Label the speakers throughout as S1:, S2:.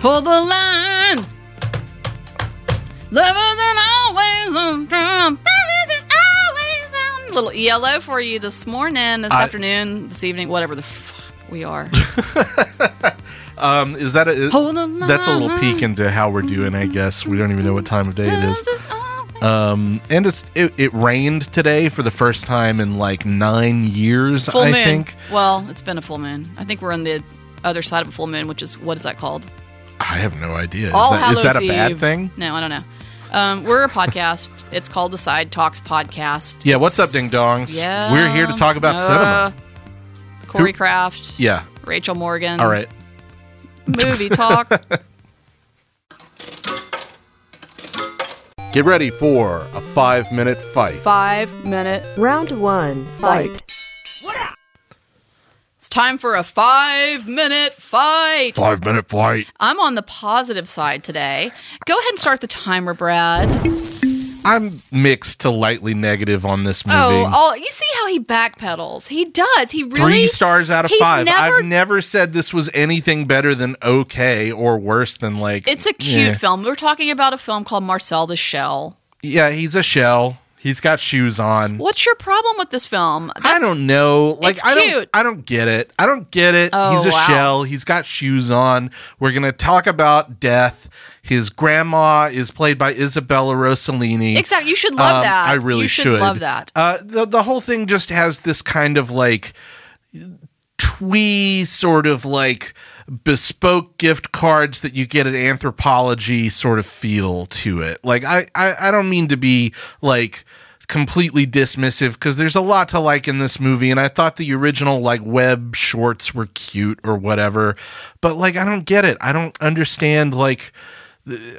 S1: Pull the line. Love isn't always on drum. isn't always on. Little ELO for you this morning, this
S2: I-
S1: afternoon, this evening, whatever the fuck we are.
S2: Um, is that a, is-
S1: Hold on.
S2: that's a little peek into how we're doing, I guess. We don't even know what time of day it is.
S1: Uh,
S2: Um, and it's it, it rained today for the first time in like nine years,
S1: full
S2: I
S1: moon.
S2: think.
S1: Well, it's been a full moon. I think we're on the other side of a full moon, which is what is that called?
S2: I have no idea. Is
S1: All
S2: that, is
S1: Hallows
S2: that a bad
S1: Eve.
S2: thing?
S1: No, I don't know. Um, we're a podcast. it's called the Side Talks Podcast.
S2: Yeah, what's up, ding dongs?
S1: Yeah.
S2: We're here to talk about cinema.
S1: cinema. Corey Kraft.
S2: Yeah.
S1: Rachel Morgan.
S2: All right.
S1: Movie talk.
S2: Get ready for a five minute fight.
S1: Five minute.
S3: Round one, fight.
S1: It's time for a five minute fight.
S2: Five minute fight.
S1: I'm on the positive side today. Go ahead and start the timer, Brad.
S2: I'm mixed to lightly negative on this movie.
S1: Oh, all, you see how he backpedals. He does. He really.
S2: Three stars out of
S1: He's
S2: five.
S1: Never,
S2: I've never said this was anything better than okay or worse than like.
S1: it's a cute
S2: Yeah.
S1: film. We're talking about a film called Marcel the Shell.
S2: Yeah, he's a shell. He's got shoes on.
S1: What's your problem with this film?
S2: I
S1: That's-
S2: don't know. Like
S1: it's
S2: I don't
S1: cute.
S2: I don't get it. I don't get it.
S1: Oh,
S2: He's a
S1: wow.
S2: shell. He's got shoes on. We're going to talk about death. His grandma is played by Isabella Rossellini.
S1: Exactly. You should love
S2: Um,
S1: that.
S2: I really
S1: you should, love that.
S2: Uh, the the whole thing just has this kind of like twee sort of like bespoke gift cards that you get at anthropology sort of feel to it. Like I I, I don't mean to be like completely dismissive because there's a lot to like in this movie and I thought the original like web shorts were cute or whatever but like I don't get it I don't understand like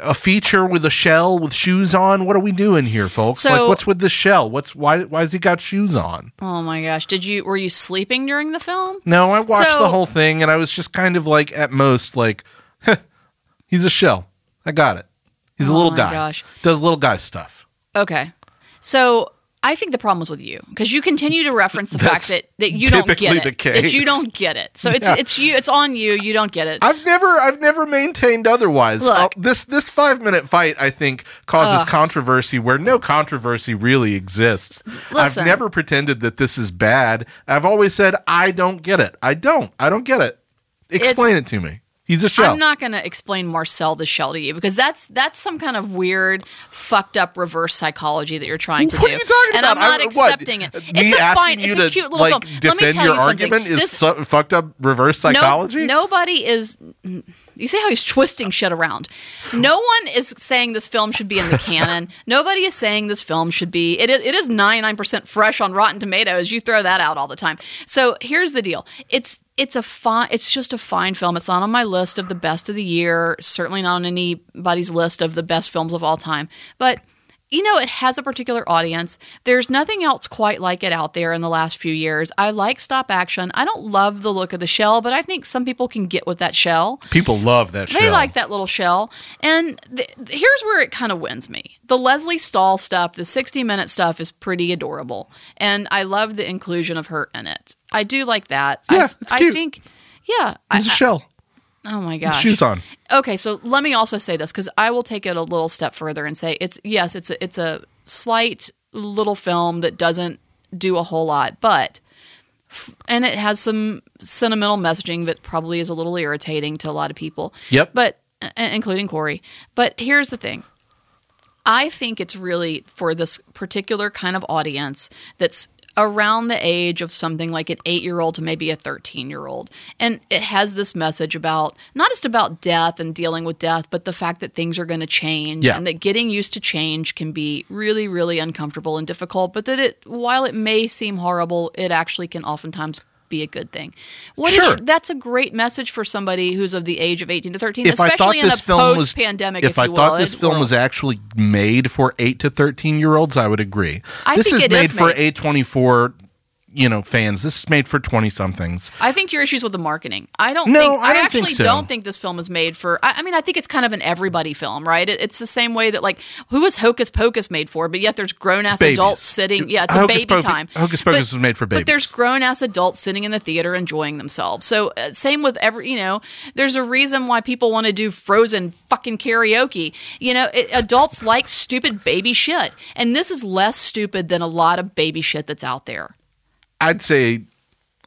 S2: a feature with a shell with shoes on. What are we doing here, folks?
S1: So-
S2: like, what's with the shell? What's why? Why's he got shoes on?
S1: Oh my gosh! Did you were you sleeping during the film?
S2: No, I watched
S1: So-
S2: the whole thing, and I was just kind of like, at most, like, "Heh, he's a shell. I got it. He's a
S1: Oh
S2: little
S1: my
S2: guy.
S1: gosh.
S2: Does little guy stuff.
S1: Okay, so I think the problem was with you because you continue to reference the fact
S2: That's
S1: that that you don't get
S2: typically
S1: it.
S2: the
S1: That you
S2: case.
S1: don't get it. So it's
S2: Yeah.
S1: it's you. It's on you. You don't get it.
S2: I've never, I've never maintained otherwise.
S1: Look.
S2: Uh, this this five minute fight, I think, causes
S1: Ugh.
S2: controversy where no controversy really exists.
S1: Listen.
S2: I've never pretended that this is bad. I've always said I don't get it. I don't. I don't get it. Explain it to me. He's a shell.
S1: I'm not going to explain Marcel the shell to you because that's that's some kind of weird, fucked up reverse psychology that you're trying to
S2: What
S1: do.
S2: are you talking
S1: and
S2: about?
S1: I'm not
S2: I- what,
S1: accepting it. It's
S2: me
S1: a
S2: asking
S1: fine.
S2: you
S1: It's
S2: to,
S1: a cute little
S2: like,
S1: film. Let me
S2: defend
S1: tell
S2: your
S1: you something.
S2: argument is
S1: This-
S2: so, fucked up reverse
S1: no-
S2: psychology.
S1: nobody is. You see how he's twisting shit around. No one is saying this film should be in the canon. nobody is saying this film should be. It is, it is 99% fresh on Rotten Tomatoes. You throw that out all the time. So here's the deal. It's it's a fine. It's just a fine film. It's not on my list of the best of the year. Certainly not on anybody's list of the best films of all time. But you know, it has a particular audience. There's nothing else quite like it out there in the last few years. I like stop action. I don't love the look of the shell, but I think some people can get with that shell.
S2: People love that
S1: They like that little shell. And th- th- here's where it kind of wins me. The Leslie Stahl stuff, the 60 minute stuff is pretty adorable. And I love the inclusion of her in it. I do like that. I-
S2: Yeah, it's
S1: I,
S2: cute.
S1: think, yeah. I,
S2: He's a shell.
S1: oh my gosh.
S2: Shoes on.
S1: Okay, so let me also say this because I will take it a little step further and say it's yes, it's a, it's a slight little film that doesn't do a whole lot, but f- and it has some sentimental messaging that probably is a little irritating to a lot of people.
S2: Yep.
S1: but uh, including Corey. But here's the thing. I think it's really for this particular kind of audience that's around the age of something like an eight year old to maybe a 13 year old. And it has this message about not just about death and dealing with death, but the fact that things are going to change
S2: Yeah.
S1: and that getting used to change can be really, really uncomfortable and difficult, but that it, while it may seem horrible, it actually can oftentimes be a good thing. What is-
S2: Sure.
S1: that's a great message for somebody who's of the age of 18 to 13,
S2: If I thought
S1: especially in a
S2: this film was
S1: post-pandemic
S2: if,
S1: you
S2: I thought
S1: will,
S2: this
S1: it-
S2: film
S1: world.
S2: was actually made for eight to thirteen year olds, I would agree.
S1: I
S2: this
S1: think
S2: is
S1: it
S2: made
S1: is
S2: for
S1: made-
S2: a twenty four you know fans. This is made for twenty somethings.
S1: I think your issues with the marketing. I don't.
S2: No,
S1: think,
S2: I don't
S1: actually
S2: think so.
S1: don't think this film is made for. I, I mean, I think it's kind of an everybody film, right? It, it's the same way that like who is Hocus Pocus made for? But yet there's grown ass
S2: Babies.
S1: adults sitting. Yeah, it's
S2: Hocus
S1: a baby
S2: Pocus-
S1: time.
S2: Hocus
S1: But-
S2: Pocus was made for babies.
S1: But there's grown ass adults sitting in the theater enjoying themselves. So uh, same with every. You know, there's a reason why people want to do Frozen fucking karaoke. You know, it, adults like stupid baby shit, and this is less stupid than a lot of baby shit that's out there.
S2: I'd say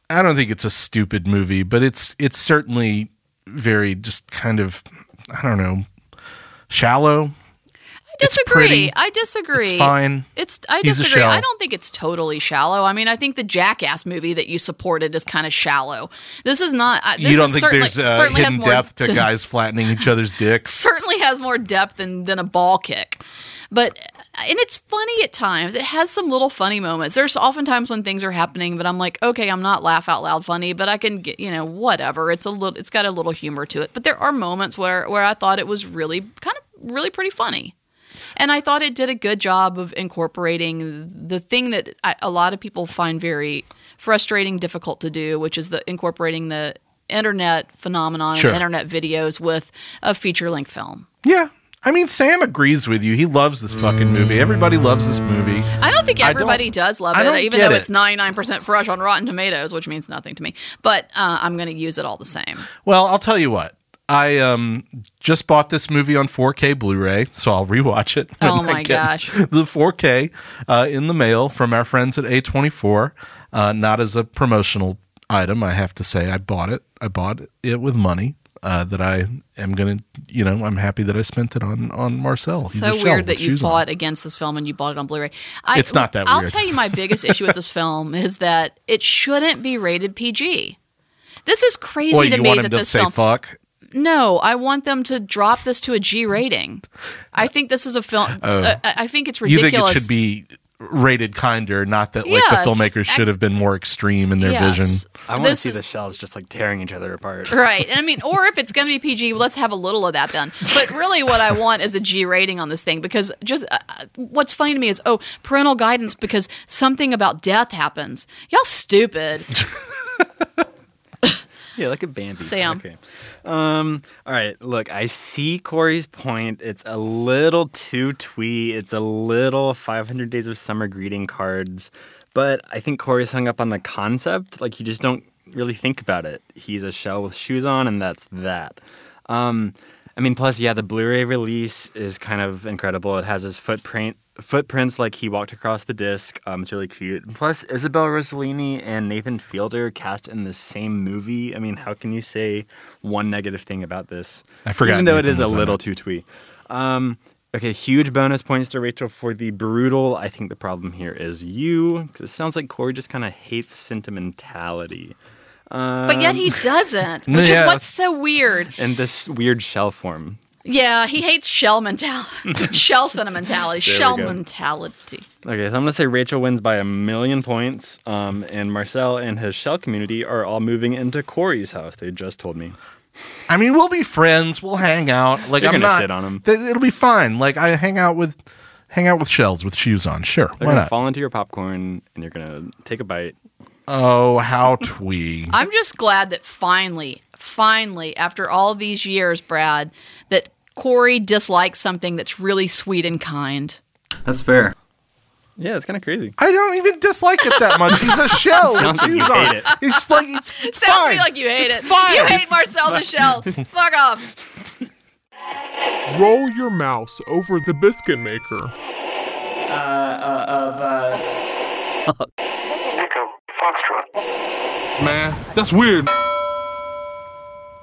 S2: I don't think it's a stupid movie, but it's it's certainly very just kind of I don't know shallow.
S1: I
S2: It's
S1: disagree.
S2: pretty.
S1: I disagree.
S2: It's fine.
S1: It's I
S2: He's a
S1: disagree.
S2: shell.
S1: I don't think it's totally shallow. I mean, I think the Jackass movie that you supported is kind of shallow. This is not. I this
S2: you don't
S1: is
S2: think
S1: certainly,
S2: there's uh,
S1: certainly
S2: hidden
S1: has more,
S2: depth to guys flattening each other's dicks.
S1: Certainly has more depth than than a ball kick, but and it's funny at times. It has some little funny moments. There's oftentimes when things are happening, but I'm like, okay, I'm not laugh out loud funny, but I can get you know whatever. It's a little. It's got a little humor to it. But there are moments where where I thought it was really kind of really pretty funny. And I thought it did a good job of incorporating the thing that I, a lot of people find very frustrating, difficult to do, which is the incorporating the internet phenomenon
S2: Sure.
S1: and internet videos with a feature length film.
S2: Yeah. I mean, Sam agrees with you. He loves this fucking movie. Everybody loves this movie.
S1: I don't think
S2: I
S1: everybody does love
S2: I
S1: it,
S2: don't
S1: even
S2: get
S1: though
S2: it.
S1: it's 99% fresh on Rotten Tomatoes, which means nothing to me. But uh, I'm going to use it all the same.
S2: Well, I'll tell you what. I um just bought this movie on 4K Blu-ray, so I'll rewatch it. when
S1: Oh
S2: I
S1: my
S2: get
S1: gosh.
S2: The 4K uh, in the mail from our friends at A24, uh, not as a promotional item. I have to say, I bought it. I bought it with money uh, that I am gonna. You know, I'm happy that I spent it on on Marcel. He's a
S1: so
S2: shell
S1: weird
S2: with
S1: that you
S2: shoes on.
S1: fought against this film and you bought it on Blu-ray. I,
S2: It's not that
S1: I'll
S2: weird.
S1: tell you my biggest issue with this film is that it shouldn't be rated PG. This is crazy
S2: Wait,
S1: to
S2: you
S1: me
S2: want him
S1: that
S2: to
S1: this
S2: say
S1: film.
S2: fuck?
S1: No, I want them to drop this to a G rating. I think this is a film. uh, I I think it's
S2: oh. You
S1: ridiculous.
S2: think it should be rated kinder? Not that like
S1: Yes,
S2: the filmmakers should
S1: ex-
S2: have been more extreme in their
S1: Yes.
S2: vision.
S4: I want to
S1: This
S4: see
S1: is-
S4: the shells just like tearing each other apart.
S1: Right. And I mean, or if it's going to be PG, let's have a little of that then. But really, what I want is a G rating on this thing because just uh, uh, what's funny to me is, oh, parental guidance because something about death happens. Y'all stupid.
S4: Yeah, like a Bambi.
S1: Sam.
S4: Okay. Um, all right. Look, I see Corey's point. It's a little too twee. It's a little 500 Days of Summer greeting cards. But I think Corey's hung up on the concept. Like, you just don't really think about it. He's a shell with shoes on, and that's that. Um, I mean, plus, yeah, the Blu-ray release is kind of incredible. It has his footprint footprints like he walked across the disc. Um, it's really cute. And Plus, Isabel Rossellini and Nathan Fielder cast in the same movie. I mean, how can you say one negative thing about this?
S2: I forgot
S4: Even though it
S2: Nathan
S4: is a
S2: was in
S4: little
S2: it.
S4: too twee. Um, okay, huge bonus points to Rachel for the brutal. I think the problem here is you, because it sounds like Corey just kind of hates sentimentality.
S1: but yet he doesn't, which is
S2: Yeah.
S1: what's so weird.
S4: And this weird shell form.
S1: Yeah, he hates shell mentality, shell sentimentality, shell
S4: go.
S1: mentality.
S4: Okay, so I'm gonna say Rachel wins by a million points, um, and Marcel and his shell community are all moving into Corey's house. They just told me.
S2: I mean, we'll be friends. We'll hang out. Like
S4: You're
S2: I'm
S4: gonna
S2: not,
S4: sit on 'em.
S2: th- it'll be fine. Like I hang out with, hang out with shells with shoes on. Sure,
S4: They're
S2: why
S4: gonna
S2: not?
S4: fall into your popcorn, and you're gonna take a bite.
S2: oh, how twee.
S1: I'm just glad that finally, finally, after all these years, Brad, that Corey dislikes something that's really sweet and kind.
S5: That's fair.
S4: Yeah, it's kind of crazy.
S2: I don't even dislike it that much. He's a shell with
S4: Sounds like you
S2: shoes on.
S4: hate it.
S2: It's like it's, it's
S1: Sounds to
S2: fine.
S1: me like you hate
S2: It's
S1: it.
S2: fine.
S1: You hate Marcel the Shell. Fuck off.
S6: Roll your mouse over the biscuit maker.
S7: Echo, Foxtrot.
S6: Man, that's weird.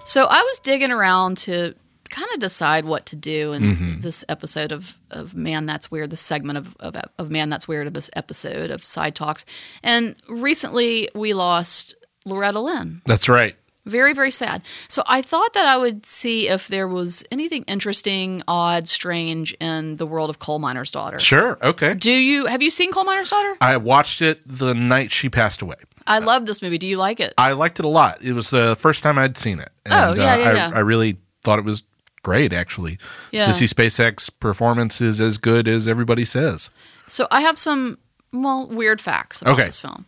S1: So I was digging around to kind of decide what to do in
S2: Mm-hmm.
S1: this episode of, of Man That's Weird, this segment of, of, of Man That's Weird, of this episode of Side Talks. And recently we lost Loretta Lynn.
S2: That's right.
S1: Very, very sad. So I thought that I would see if there was anything interesting, odd, strange in the world of Coal Miner's Daughter.
S2: Sure. Okay.
S1: Do you have you seen Coal Miner's Daughter?
S2: I watched it the night she passed away.
S1: I love this movie. Do you like it?
S2: I liked it a lot. It was the first time I'd seen it. And, uh,
S1: Oh, yeah, yeah,
S2: I,
S1: yeah.
S2: I really thought it was great, actually.
S1: Yeah.
S2: Sissy SpaceX performance is as good as everybody says.
S1: So I have some well weird facts about
S2: Okay.
S1: this film.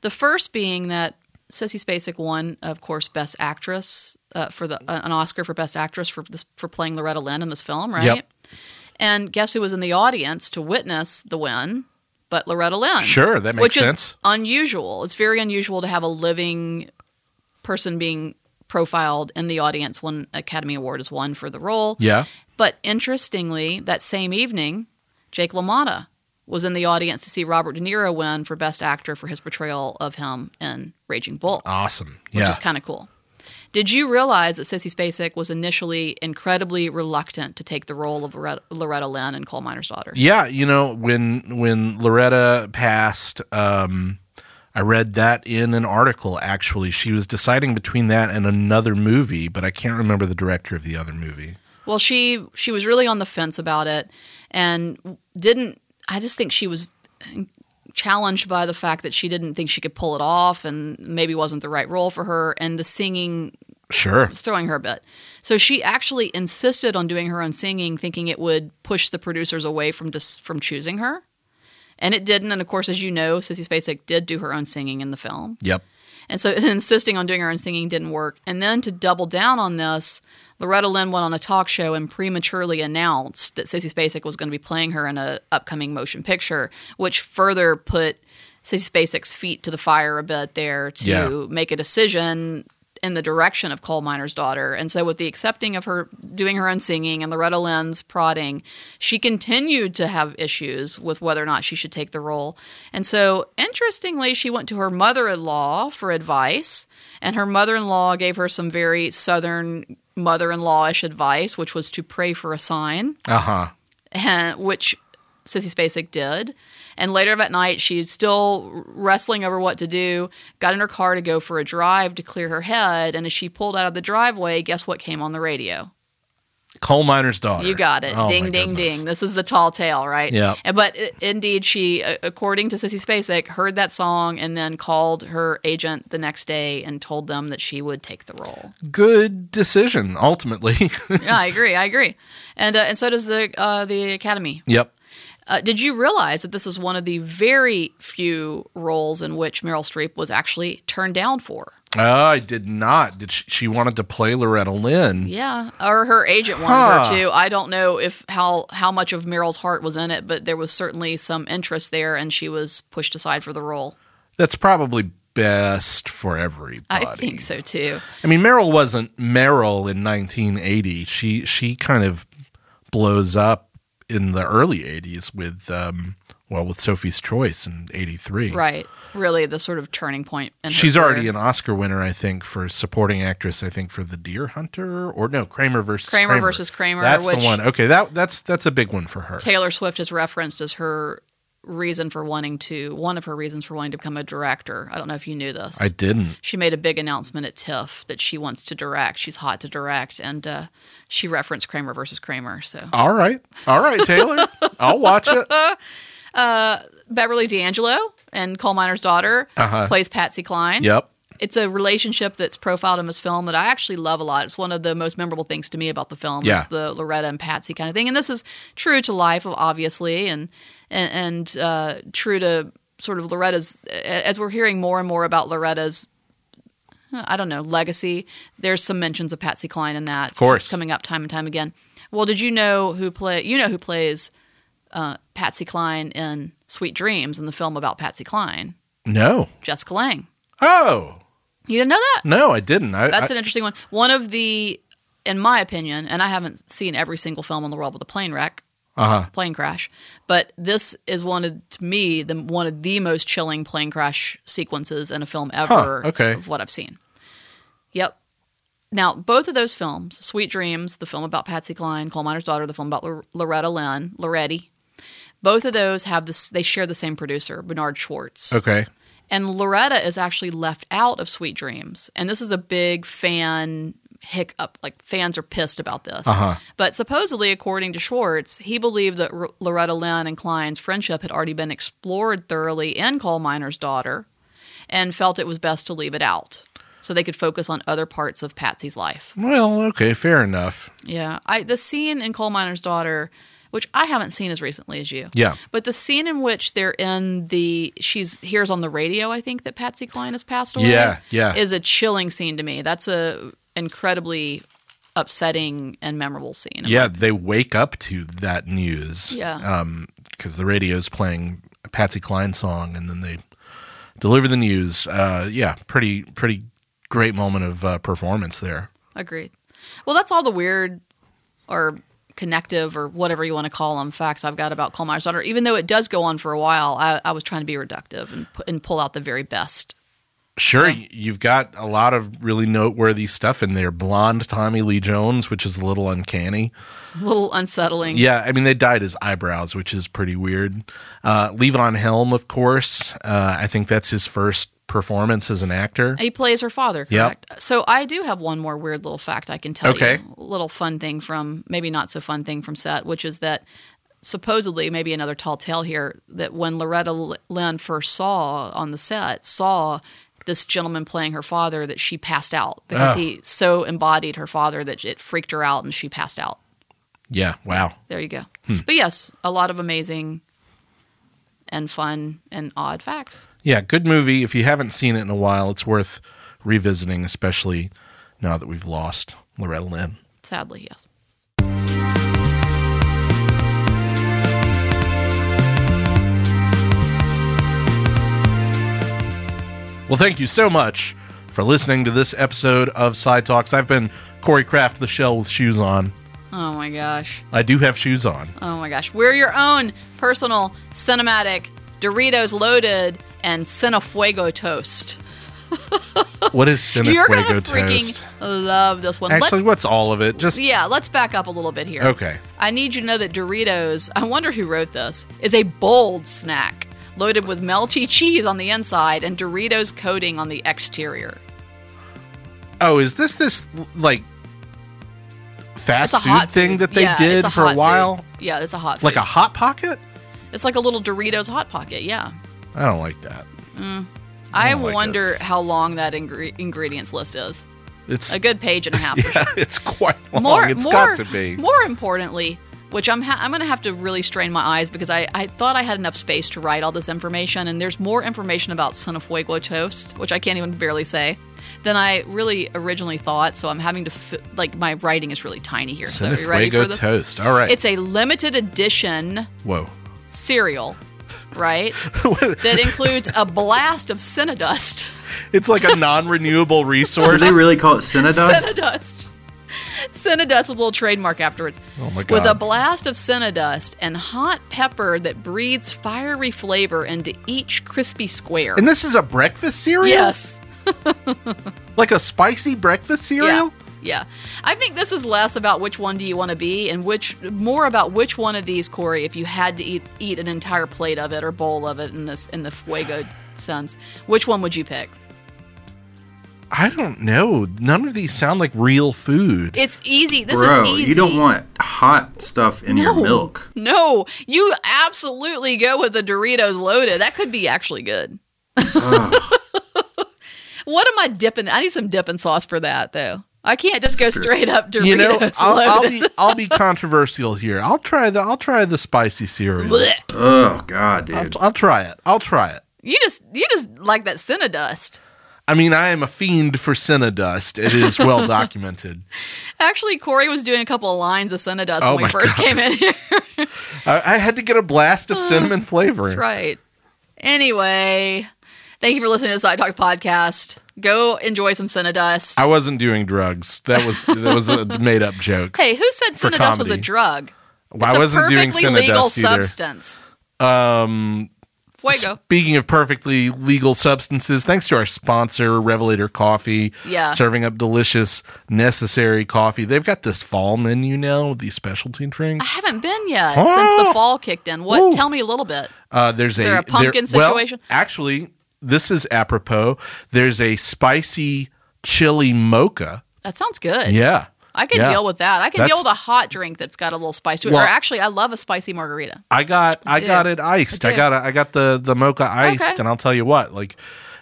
S1: The first being that Sissy Spacek won, of course, Best Actress uh, for the uh, an Oscar for Best Actress for this for playing Loretta Lynn in this film, right?
S2: Yep.
S1: And guess who was in the audience to witness the win? But Loretta Lynn.
S2: Sure, that makes
S1: which
S2: sense.
S1: is unusual. It's very unusual to have a living person being profiled in the audience when Academy Award is won for the role.
S2: Yeah.
S1: But interestingly, that same evening, Jake LaMotta was in the audience to see Robert De Niro win for Best Actor for his portrayal of him in Raging Bull,
S2: Awesome.
S1: which
S2: Ah, Yeah.
S1: is kind of cool. Did you realize that Sissy Spacek was initially incredibly reluctant to take the role of Loretta, Loretta Lynn in Coal Miner's Daughter?
S2: yeah, you know, when when Loretta passed, um I read that in an article actually. She was deciding between that and another movie, but I can't remember the director of the other movie.
S1: Well, she she was really on the fence about it, and didn't. I just think she was challenged by the fact that she didn't think she could pull it off, and maybe wasn't the right role for her. And the singing
S2: Sure.
S1: was throwing her a bit. So she actually insisted on doing her own singing, thinking it would push the producers away from dis- from choosing her. And it didn't. And of course, as you know, Sissy Spacek did do her own singing in the film.
S2: Yep.
S1: And so insisting on doing her own singing didn't work. And then to double down on this, Loretta Lynn went on a talk show and prematurely announced that Sissy Spacek was going to be playing her in an upcoming motion picture, which further put Sissy Spacek's feet to the fire a bit there to
S2: Yeah.
S1: make a decision in the direction of Coal Miner's Daughter. And so with the accepting of her doing her own singing and Loretta Lynn's prodding, she continued to have issues with whether or not she should take the role. And so interestingly, she went to her mother-in-law for advice, and her mother-in-law gave her some very southern mother-in-lawish advice, which was to pray for a sign
S2: Uh-huh.
S1: and, which Sissy Spacek did. And later that night, she's still wrestling over what to do. Got in her car to go for a drive to clear her head, and as she pulled out of the driveway, guess what came on the radio?
S2: Coal miner's daughter.
S1: You got it.
S2: Oh, my
S1: ding, ding,
S2: goodness.
S1: ding. This is the tall tale, right?
S2: Yep.
S1: And- But i- indeed, she, a- according to Sissy Spacek, heard that song and then called her agent the next day and told them that she would take the role.
S2: Good decision ultimately.
S1: yeah, I agree. I agree. And uh, and so does the uh, the Academy.
S2: yep.
S1: Uh, did you realize that this is one of the very few roles in which Meryl Streep was actually turned down for?
S2: Oh, I did not. Did she, she wanted to play Loretta Lynn?
S1: Yeah, or her agent wanted
S2: Huh.
S1: her to. I don't know if how how much of Meryl's heart was in it, but there was certainly some interest there, and she was pushed aside for the role.
S2: That's probably best for everybody.
S1: I think so too.
S2: I mean, Meryl wasn't Meryl in 1980. She she kind of blows up in the early 80s with um well with Sophie's Choice in 83.
S1: Right, really, the sort of turning point. In her
S2: She's
S1: career.
S2: already an Oscar winner, I think, for supporting actress. I think for The Deer Hunter or no Kramer versus
S1: Kramer versus Kramer,
S2: That's
S1: which-
S2: the one. Okay, that that's that's a big one for her.
S1: Taylor Swift is referenced as her reason for wanting to one of her reasons for wanting to become a director. I don't know if you knew this.
S2: I didn't.
S1: she made a big announcement at TIFF that she wants to direct. She's hot to direct, and uh, she referenced Kramer versus Kramer. So
S2: All right, all right, Taylor. I'll watch it.
S1: Beverly D'Angelo and Coal Miner's Daughter plays Patsy Cline.
S2: Yep.
S1: It's a relationship that's profiled in this film that I actually love a lot. It's one of the most memorable things to me about the film
S2: Yeah.
S1: is the Loretta and Patsy kind of thing. And this is true to life, obviously, and and, and uh, true to sort of Loretta's. As we're hearing more and more about Loretta's, I don't know, legacy. There's some mentions of Patsy Cline in that. Of
S2: course.
S1: coming up time and time again. Well, did you know who play? You know who plays uh, Patsy Cline in Sweet Dreams in the film about Patsy Cline?
S2: No.
S1: Jessica Lange.
S2: Oh
S1: You didn't know that?
S2: no, I didn't. I,
S1: That's
S2: I-
S1: an interesting one. One of the, in my opinion, and I haven't seen every single film in the world with a plane wreck,
S2: Uh-huh.
S1: plane crash, but this is one of, to me, the one of the most chilling plane crash sequences in a film ever
S2: Huh, okay.
S1: of what I've seen. Yep. Now, both of those films, Sweet Dreams, the film about Patsy Cline, Coal Miner's Daughter, the film about Lor- Loretta Lynn, Loretti, both of those have this, they share the same producer, Bernard Schwartz.
S2: Okay.
S1: And Loretta is actually left out of Sweet Dreams. And this is a big fan hiccup. Like, fans are pissed about this. But supposedly, according to Schwartz, he believed that R- Loretta Lynn and Klein's friendship had already been explored thoroughly in Coal Miner's Daughter and felt it was best to leave it out so they could focus on other parts of Patsy's life.
S2: Well, okay, fair enough.
S1: Yeah, I the scene in Coal Miner's Daughter which I haven't seen as recently as you.
S2: Yeah.
S1: But the scene in which they're in the she's hears on the radio, I think that Patsy Cline has passed away.
S2: Yeah, yeah.
S1: Is a chilling scene to me. That's a incredibly upsetting and memorable scene.
S2: yeah, they wake up to that news.
S1: Yeah.
S2: because the radio's playing a Patsy Cline song, and then they deliver the news. Uh, yeah, pretty pretty great moment of uh, performance there.
S1: Agreed. Well, that's all the weird or connective or whatever you want to call them facts I've got about Coal Miner's Daughter. Even though it does go on for a while, I, I was trying to be reductive and, pu- and pull out the very best.
S2: Sure, y- you've got a lot of really noteworthy stuff in there. Blonde Tommy Lee Jones, which is a little uncanny.
S1: A little unsettling.
S2: Yeah, I mean they dyed his eyebrows, which is pretty weird. Uh, Levon Helm, of course. Uh, I think that's his first performance as an actor.
S1: He plays her father,
S2: Yep.
S1: correct? So I do have one more weird little fact I can tell
S2: Okay.
S1: you. Little fun thing from maybe not so fun thing from set, which is that supposedly maybe another tall tale here that when Loretta L- Lynn first saw on the set saw this gentleman playing her father that she passed out because
S2: Ah.
S1: he so embodied her father that it freaked her out and she passed out.
S2: Yeah, wow.
S1: There you go.
S2: Hmm.
S1: But yes, a lot of amazing and fun and odd facts.
S2: Yeah, good movie. If you haven't seen it in a while, it's worth revisiting, especially now that we've lost Loretta Lynn.
S1: Sadly, yes.
S2: Well, thank you so much for listening to this episode of Side Talks. I've been Corey Kraft, the shell with shoes on.
S1: Oh my gosh.
S2: I do have shoes on.
S1: Oh my gosh. We're your own personal cinematic Doritos loaded and Cinefuego toast.
S2: What is Cinefuego
S1: Oh, You're gonna freaking
S2: toast?
S1: love this one.
S2: Actually,
S1: let's
S2: what's all of it? Just
S1: yeah, let's back up a little bit here.
S2: okay.
S1: I need you to know that Doritos, I wonder who wrote this, is a bold snack loaded with melty cheese on the inside and Doritos coating on the exterior.
S2: Oh, is this this like
S1: It's
S2: fast
S1: a
S2: food
S1: hot
S2: thing
S1: food.
S2: that they
S1: Yeah,
S2: did
S1: it's
S2: for a
S1: hot
S2: while?
S1: food. Yeah, it's a hot
S2: Like
S1: food.
S2: a hot pocket?
S1: It's like a little Doritos hot pocket, yeah.
S2: I don't like that.
S1: I,
S2: like it.
S1: wonder how long that ingre- ingredients list is.
S2: It's
S1: A good page and a half.
S2: yeah, it's quite long.
S1: more,
S2: It's
S1: more,
S2: got to be.
S1: More importantly, which I'm ha- I'm going to have to really strain my eyes because I, I thought I had enough space to write all this information, and there's more information about Son of Fuego toast, which I can't even barely say, than I really originally thought. So I'm having to fi- like my writing is really tiny here. so are you ready
S2: Cinefuego
S1: for this?
S2: toast. All right.
S1: It's a limited edition
S2: Whoa.
S1: cereal, right? that includes a blast of Cinnadust.
S2: It's like a non-renewable
S5: Do
S2: resource.
S5: they really call it Cinnadust?
S1: Cinnadust. Cinnadust with a little trademark afterwards.
S2: Oh my
S1: With a
S2: God.
S1: blast of Cinnadust and hot pepper that breathes fiery flavor into each crispy square.
S2: and this is a breakfast cereal?
S1: yes.
S2: Like a spicy breakfast cereal?
S1: Yeah. Yeah. I think this is less about which one do you want to be and which more about which one of these, Corey, if you had to eat eat an entire plate of it or bowl of it in this in the fuego sense, which one would you pick?
S2: I don't know. None of these sound like real food.
S1: It's easy. This
S5: Bro,
S1: is easy.
S5: you don't want hot stuff in your
S1: No.
S5: milk.
S1: No, you absolutely go with the Doritos loaded. That could be actually good. what am I dipping? I need some dipping sauce for that though. I can't just go straight up Doritos
S2: you know, I'll, I'll
S1: loaded.
S2: be I'll be controversial here. I'll try the I'll try the spicy cereal.
S1: Blech.
S5: Oh god, dude.
S2: I'll, I'll try it. I'll try it.
S1: You just you just like that Cinnadust.
S2: I mean, I am a fiend for Cinnadust. It is well documented.
S1: Actually, Corey was doing a couple of lines of Cinnadust
S2: Oh
S1: when we
S2: my
S1: first
S2: God.
S1: came in here.
S2: I, I had to get a blast of cinnamon flavor.
S1: Oh, That's right. Anyway, thank you for listening to the Side Talks podcast. Go enjoy some Cinnadust.
S2: I wasn't doing drugs. That was that was a made up joke.
S1: hey, who said
S2: For
S1: Cinnadust was a
S2: comedy.
S1: drug?
S2: Well,
S1: it's
S2: I
S1: a
S2: wasn't doing
S1: perfectly legal
S2: Cinnadust either.
S1: substance. Um, Fuego.
S2: Speaking of perfectly legal substances, thanks to our sponsor, Revelator Coffee,
S1: Yeah.
S2: serving up delicious, necessary coffee. They've got this fall menu now with these specialty
S1: I
S2: drinks.
S1: haven't been yet
S2: Oh.
S1: since the fall kicked in. What?
S2: Ooh.
S1: Tell me a little bit.
S2: Uh, there's
S1: Ah, there a pumpkin
S2: there- well,
S1: situation?
S2: actually, this is apropos. There's a spicy chili mocha.
S1: That sounds good.
S2: Yeah.
S1: I can
S2: Yeah.
S1: deal with that. I can
S2: That's-
S1: deal with a hot drink that's got a little spice to it.
S2: Well-
S1: or actually, I love a spicy margarita.
S2: I got I
S1: did.
S2: got it iced.
S1: I
S2: I,
S1: did.
S2: got a, I got the the mocha iced,
S1: Okay.
S2: and I'll tell you what, like.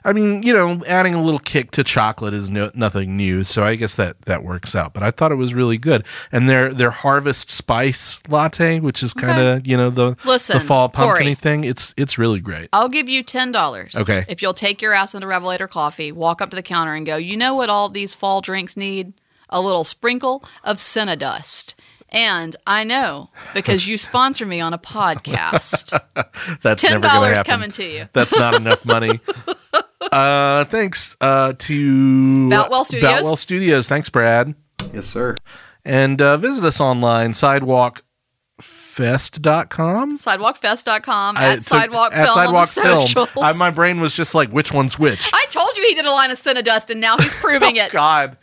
S2: I mean, you know, adding a little kick to chocolate is no, nothing new, so I guess that that works out. But I thought it was really good, and their their harvest spice latte, which is kind of you know the
S1: Listen,
S2: the fall pumpkin
S1: Corey.
S2: thing. It's it's really great.
S1: I'll give you ten dollars.
S2: Okay.
S1: If you'll take your ass into Revelator Coffee, walk up to the counter and go, you know what all these fall drinks need? A little sprinkle of Cinnadust. And I know because you sponsor me on a podcast.
S2: That's
S1: Uh, Ten
S2: never gonna
S1: dollars
S2: happen.
S1: coming to you.
S2: That's not enough money. Uh, thanks uh, to
S1: Boutwell Studios.
S2: Boutwell Studios. Thanks, Brad.
S5: Yes, sir.
S2: And uh, visit us online, sidewalkfest.com.
S1: Sidewalkfest.com
S2: I
S1: at
S2: took-
S1: sidewalk
S2: at
S1: film
S2: sidewalk
S1: on the
S2: film.
S1: socials.
S2: I, my brain was just like, which one's which?
S1: I told you he did a line of Cinnadust, and now he's proving it.
S2: Oh, God.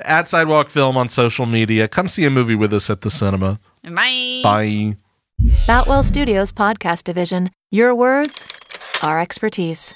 S2: At Sidewalk Film on social media. Come see a movie with us at the cinema.
S1: Bye.
S2: Bye.
S8: Boutwell Studios Podcast Division. Your words, our expertise.